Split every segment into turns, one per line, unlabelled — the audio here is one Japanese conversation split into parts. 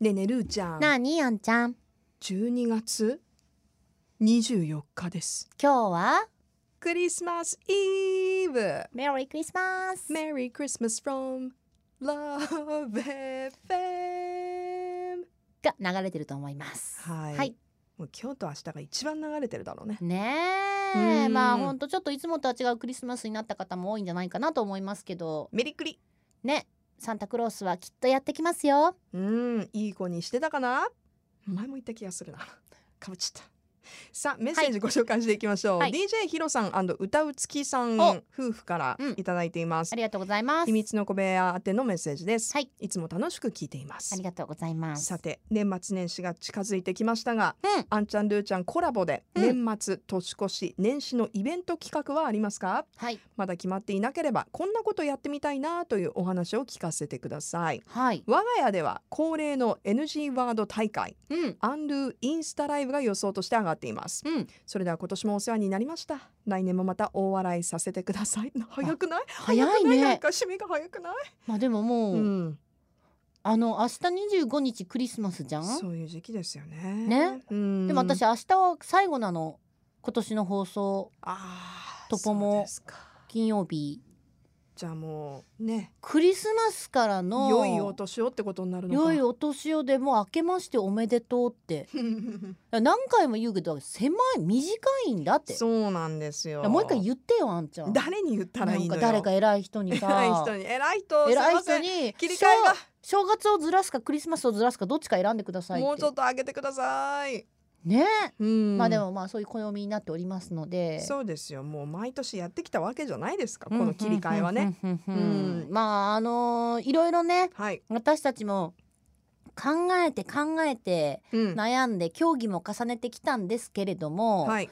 でねるーちゃん
なあにあんちゃん
12月24日です
今日は
クリスマスイブ
メリークリスマス
Merry Christmas from Love FM
が流れてると思います
はい、
はい
もう今日と明日が一番流れてるだろうね
ねえ
うん
まあほんとちょっといつもとは違うクリスマスになった方も多いんじゃないかなと思いますけど
メリクリ
ねサンタクロースはきっとやってきますよ
うんいい子にしてたかな前も言った気がするなかぶっちゃったさあメッセージご紹介していきましょう、
はい
DJ ひろさん歌うつきさん
お
夫婦から
うん
いただいています、
ありがとうございます
秘密の小部屋宛てのメッセージです、
はい、
つも楽しく聞いていま
あ
す
りがとうございます
さて年末年始が近づいてきましたが、
うん
あんちゃんルーちゃんコラボで
う
年末、年越し年始のイベント企画はありますか
はい
まだ決まっていなければこんなことやってみたいなというお話を聞かせてください
はい
我が家では恒例の NG ワード大会
うん
アンドゥインスタライブが予想として上がっています
うん
それでは今年もお世話になりました来年もまた大笑いさせてください 早くない
早い
くないなん
ね
か締めが早くない、
まあでももう、
うん、
あの明日25日クリスマスじゃん
そういう時期ですよね
ね、
うん、
でも私明日は最後なの今年の放送
あー
トポも
そうですか
金曜日
じゃあもうね
クリスマスからの
良いお年をってことになるのか
良いお年をでもう明けましておめでとうって
お
何回も言うけど狭い短いんだっ て
そうなんですよ
もう一回言ってよあんちゃん
誰に言ったらいいのよ
なんか誰か偉い人にさ
偉い人に偉い人
偉い
すませ
人
ん
に
切り替えが
正正月をずらすかクリスマスをずらすかどっちか選んでくださいって
もうちょっと上げてください。
ね、
うん
まあでもまあそういう暦になっておりますので
そうですよ。もう毎年やってきたわけじゃないですか。この切り替えはね。
うんうんうんうん
うん
まああのーいろいろね
はい。
私たちも考えて考えて
うん。
悩んで競技も重ねてきたんですけれども、
はい。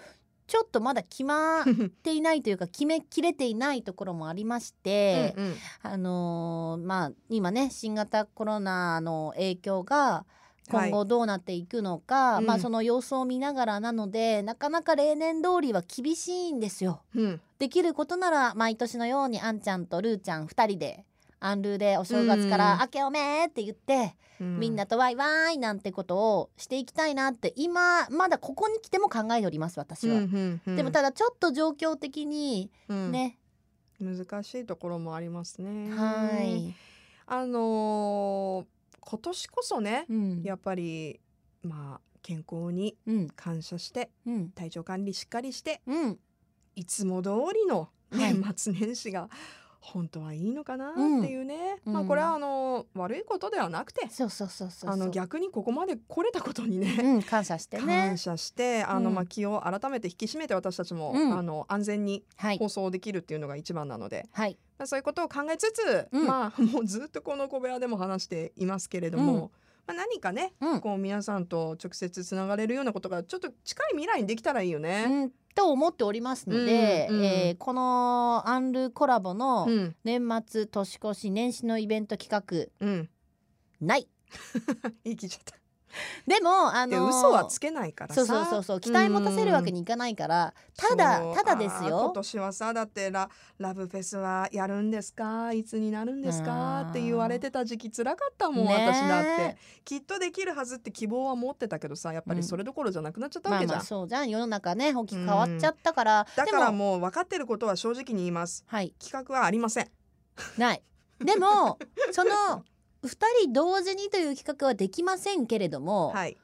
ちょっとまだ決まっ
うん
ていないというか決めきれていないところもありまして、
うん
あのーまあ今ね新型コロナの影響が今
は
後どうなっていくのか、
うん
まあその様子を見ながらなのでなかなか例年通りは厳しいんですよ。
いうん
できることなら毎年のようにあんちゃんとルーちゃん2人でアンルーでお正月
う
か
ん
ら「明けおめ!」って言って、
うん
みんなとワイワイなんてことをしていきたいなって今まだここに来ても考えております私は。でもただちょっと状況的に
ね
ね、
難しいところもありますね。
は。い、
あのー今年こそね
うん、
やっぱりまあ健康に
うん
感謝して
うん
体調管理しっかりして
うん
いつも通りの
はい
年末年始が本当はいいのかなっていうね、
うん
まあ
うん
これはあの悪いことではなくて、
そうそうそうそうそう
あの逆にここまで来れたことにね、
うん感謝してね
感謝してあの、
うん
まあ気を改めて引き締めて私たちも、
うん
あの安全に
はい
放送できるっていうのが一番なので、
はい
まあ、そういうことを考えつつ、
うん
まあもうずっとこの小部屋でも話していますけれども、
うん
まあ、何かね
うん、
こう皆さんと直接つながれるようなことがちょっと近い未来にできたらいいよね。
うん、と思っておりますので、
うんうん
えーこのアンルーコラボの
うん、
年末年越し年始のイベント企
うん、
画ない
言い切っちゃった。
でもあ
で
のー
嘘はつけないから
そ
さ
うそうそうそう期待持たせるわけにいかないからた
そう
だただです
あー今
よ
年はさだってララブフェスはやるんですかいつになるんですかって言われてた時期つらかったもん、
ねえ
私だってきっとできるはずって希望は持ってたけどさやっぱりそれどころじゃなくなっちゃったわ
まあ
けじゃん、
まあそうじゃん世の中ね大きく変わっちゃったから、
だから
でも
もう分かってることは正直に言います
はい
企画はありません
ないでもその2人同時にという企画はできませんけれども、
はい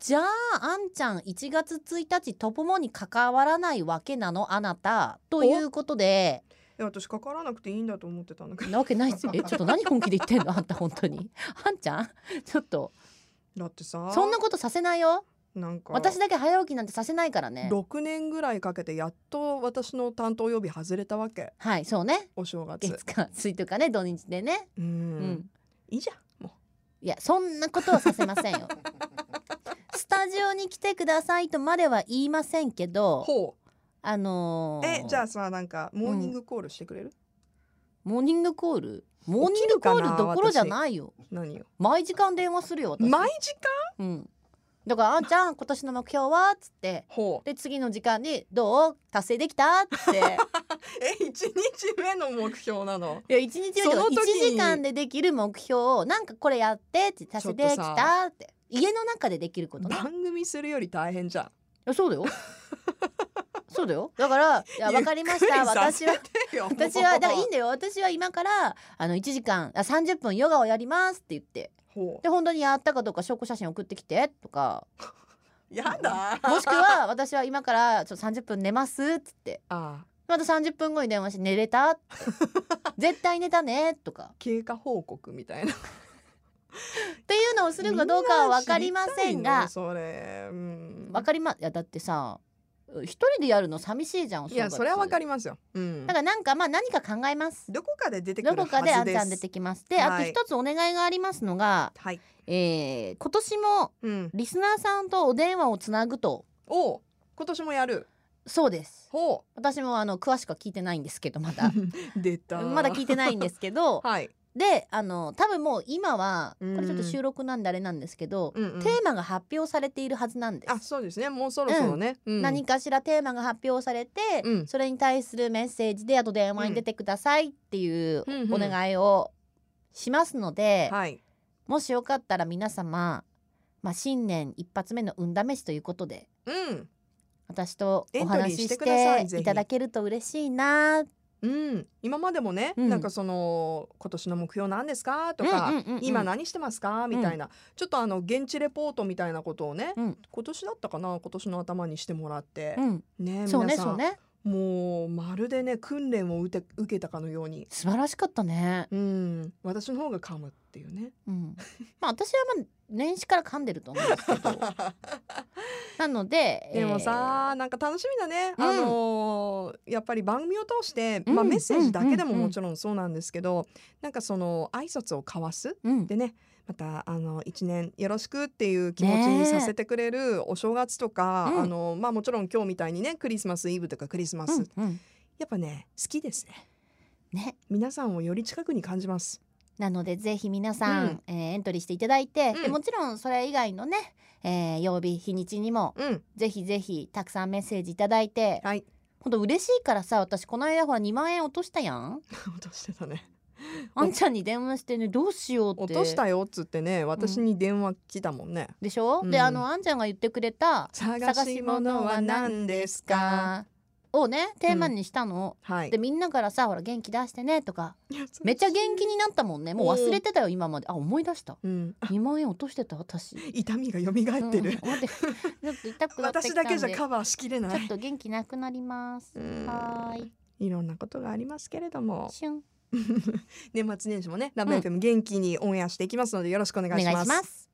じゃああんちゃん1月1日トポモに関わらないわけなのあなたということで
いや私かからなくていいんだと思ってたんだけど
なわけないですよえちょっと何本気で言ってんのあんた本当にあんちゃんちょっと
だってさ
そんなことさせないよ
なんか
私だけ早起きなんてさせないからね
6年ぐらいかけてやっと私の担当曜日外れたわけ
はいそうね
お正月
月火水とかね土日でね
うん
うん、
いいじゃんも
いやそんなことはさせませんよスタジオに来てくださいとまでは言いませんけ
う
ど
ほう
あのー
えじゃあさなんかモーニングコールしてくれる、
モーニングコールモーニ
起
ン
きる
グコ
か
ー
な
ルどころじゃないよ
何よ
毎時間電話するよ私
毎時
うんだからあんちゃん今年の目標はっつって
ほう
で次の時間にどう達成できた って
え一日目の目標なの
いや一日目
そ
と
の
か
時
1
に
時間でできる目標をなんかこれやってって達成でき
ちょっと
たって家の中でできることねい
番組するより大変じゃん
やそうだ よそうだよだからいやわかりました私は私はだからいいん
だ
だよ私は今からあの1時間あ30分ヨガをやりますって言って
ほ
で本当にやったかどうか証拠写真送ってきてと か
うやだ
もしくは私は今からちょっと30分寝ますっつって
あ
また30分後に電話して寝れたって 絶対寝たねとか
経過報告みたいな
っていうのをするかどうかは分かりませ
みな知
んが
りたいのそれうん
わかりまいやだってさ一人でやるの寂しいじゃんお
いやそれはわか
り
りますようん
だからなんかまあ何か考えます
どこかで出てく
ど
るは
こ
ずです
かであんちゃん出てきますで、あ
は
と
い
一つお願いがありますのが、
はい
えー今年も
うん
リスナーさんとお電話をつなぐと
おう今年もやる
そうです
ほ
私もあの詳しくは聞いてないんですけどまだ
う出た
まだ聞いてないんですけ ど
はい
であの多分もう今はこ
うん
れちょっと収録なんであれなんですけど、
うんうん
テーマが発表されているはずなんです
あそうですねもうそろそろねうん
何かしらテーマが発表されて、
うん
それに対するメッセージであと電話に出てくださいっていう
うんうん
お願いをしますので、
はい
もしよかったら皆様、まあ、新年一発目の運試しということで
うん
私と
エ
お
ントリー
話し
して
し
ください
て
ぜひ
いただけると嬉しいな
うん今までもね
うん
なんかその今年の目標なんですかと
うん
か
うんうんうん
今何してますかみたいなちょっとあの現地レポートみたいなことをね
うん
今年だったかな今年の頭にしてもらって
うん、
ね
そう
皆
ね
さ
そうんね
もうまるでね訓練を受け受けたかのように
素晴らしかったね、
うん私の方が噛むっていう ね
うん、まあ私はまあ年始から噛んでると思うんですけどなので
でも
えー
さ、なんか楽しみだね、
うん
あのーやっぱり番組を通して、
うん
まあ、メッセージだけで
う
も
んうん
もちろんそうなんですけど、なんかその挨拶を交わす
うん、
でねまたあの一年よろしくっていう気持ちにさせてくれるお正月とか、
うん
あのまあ、もちろん今日みたいにねクリスマスイブとかクリスマス、
うんうん、
やっぱね好きですね
ね
皆さんをより近くに感じます。
なのでぜひ皆さん、えーエントリーしていただいて、
うん
でもちろんそれ以外のね、えー曜日日にちにも
うん、
ぜひぜひたくさんメッセージいただいて
はい
ほんと嬉しいからさ私この間ほら2万円落としたやん
落としてたね
あんちゃんに電話してねどうしようっ
落
て
としたよっつってね私に電話来たもんね、
でしょ、
うん
であのあんちゃんが言ってくれた
探し物は何ですか
がをねテーマにしたの、
はい
でみんなからさほら元気出してねとかめっちゃ元気になったもんねもう忘れてたよ今まであ思い出した
うん、
2万円落としてた私
痛みが蘇ってる、
うん待って ちょっと痛くなってき
私
た
だ
んで
けじゃカバーしきれな
ちょっ
い
と元気なくなります
うん
はーい
いろんなことがありますけれども
しゅん
年末年始もねラ
う
ブ
ん
FM 元気にオンエアしていきますのでよろしくお
お
願
願
い
い
し
し
ます
ま、す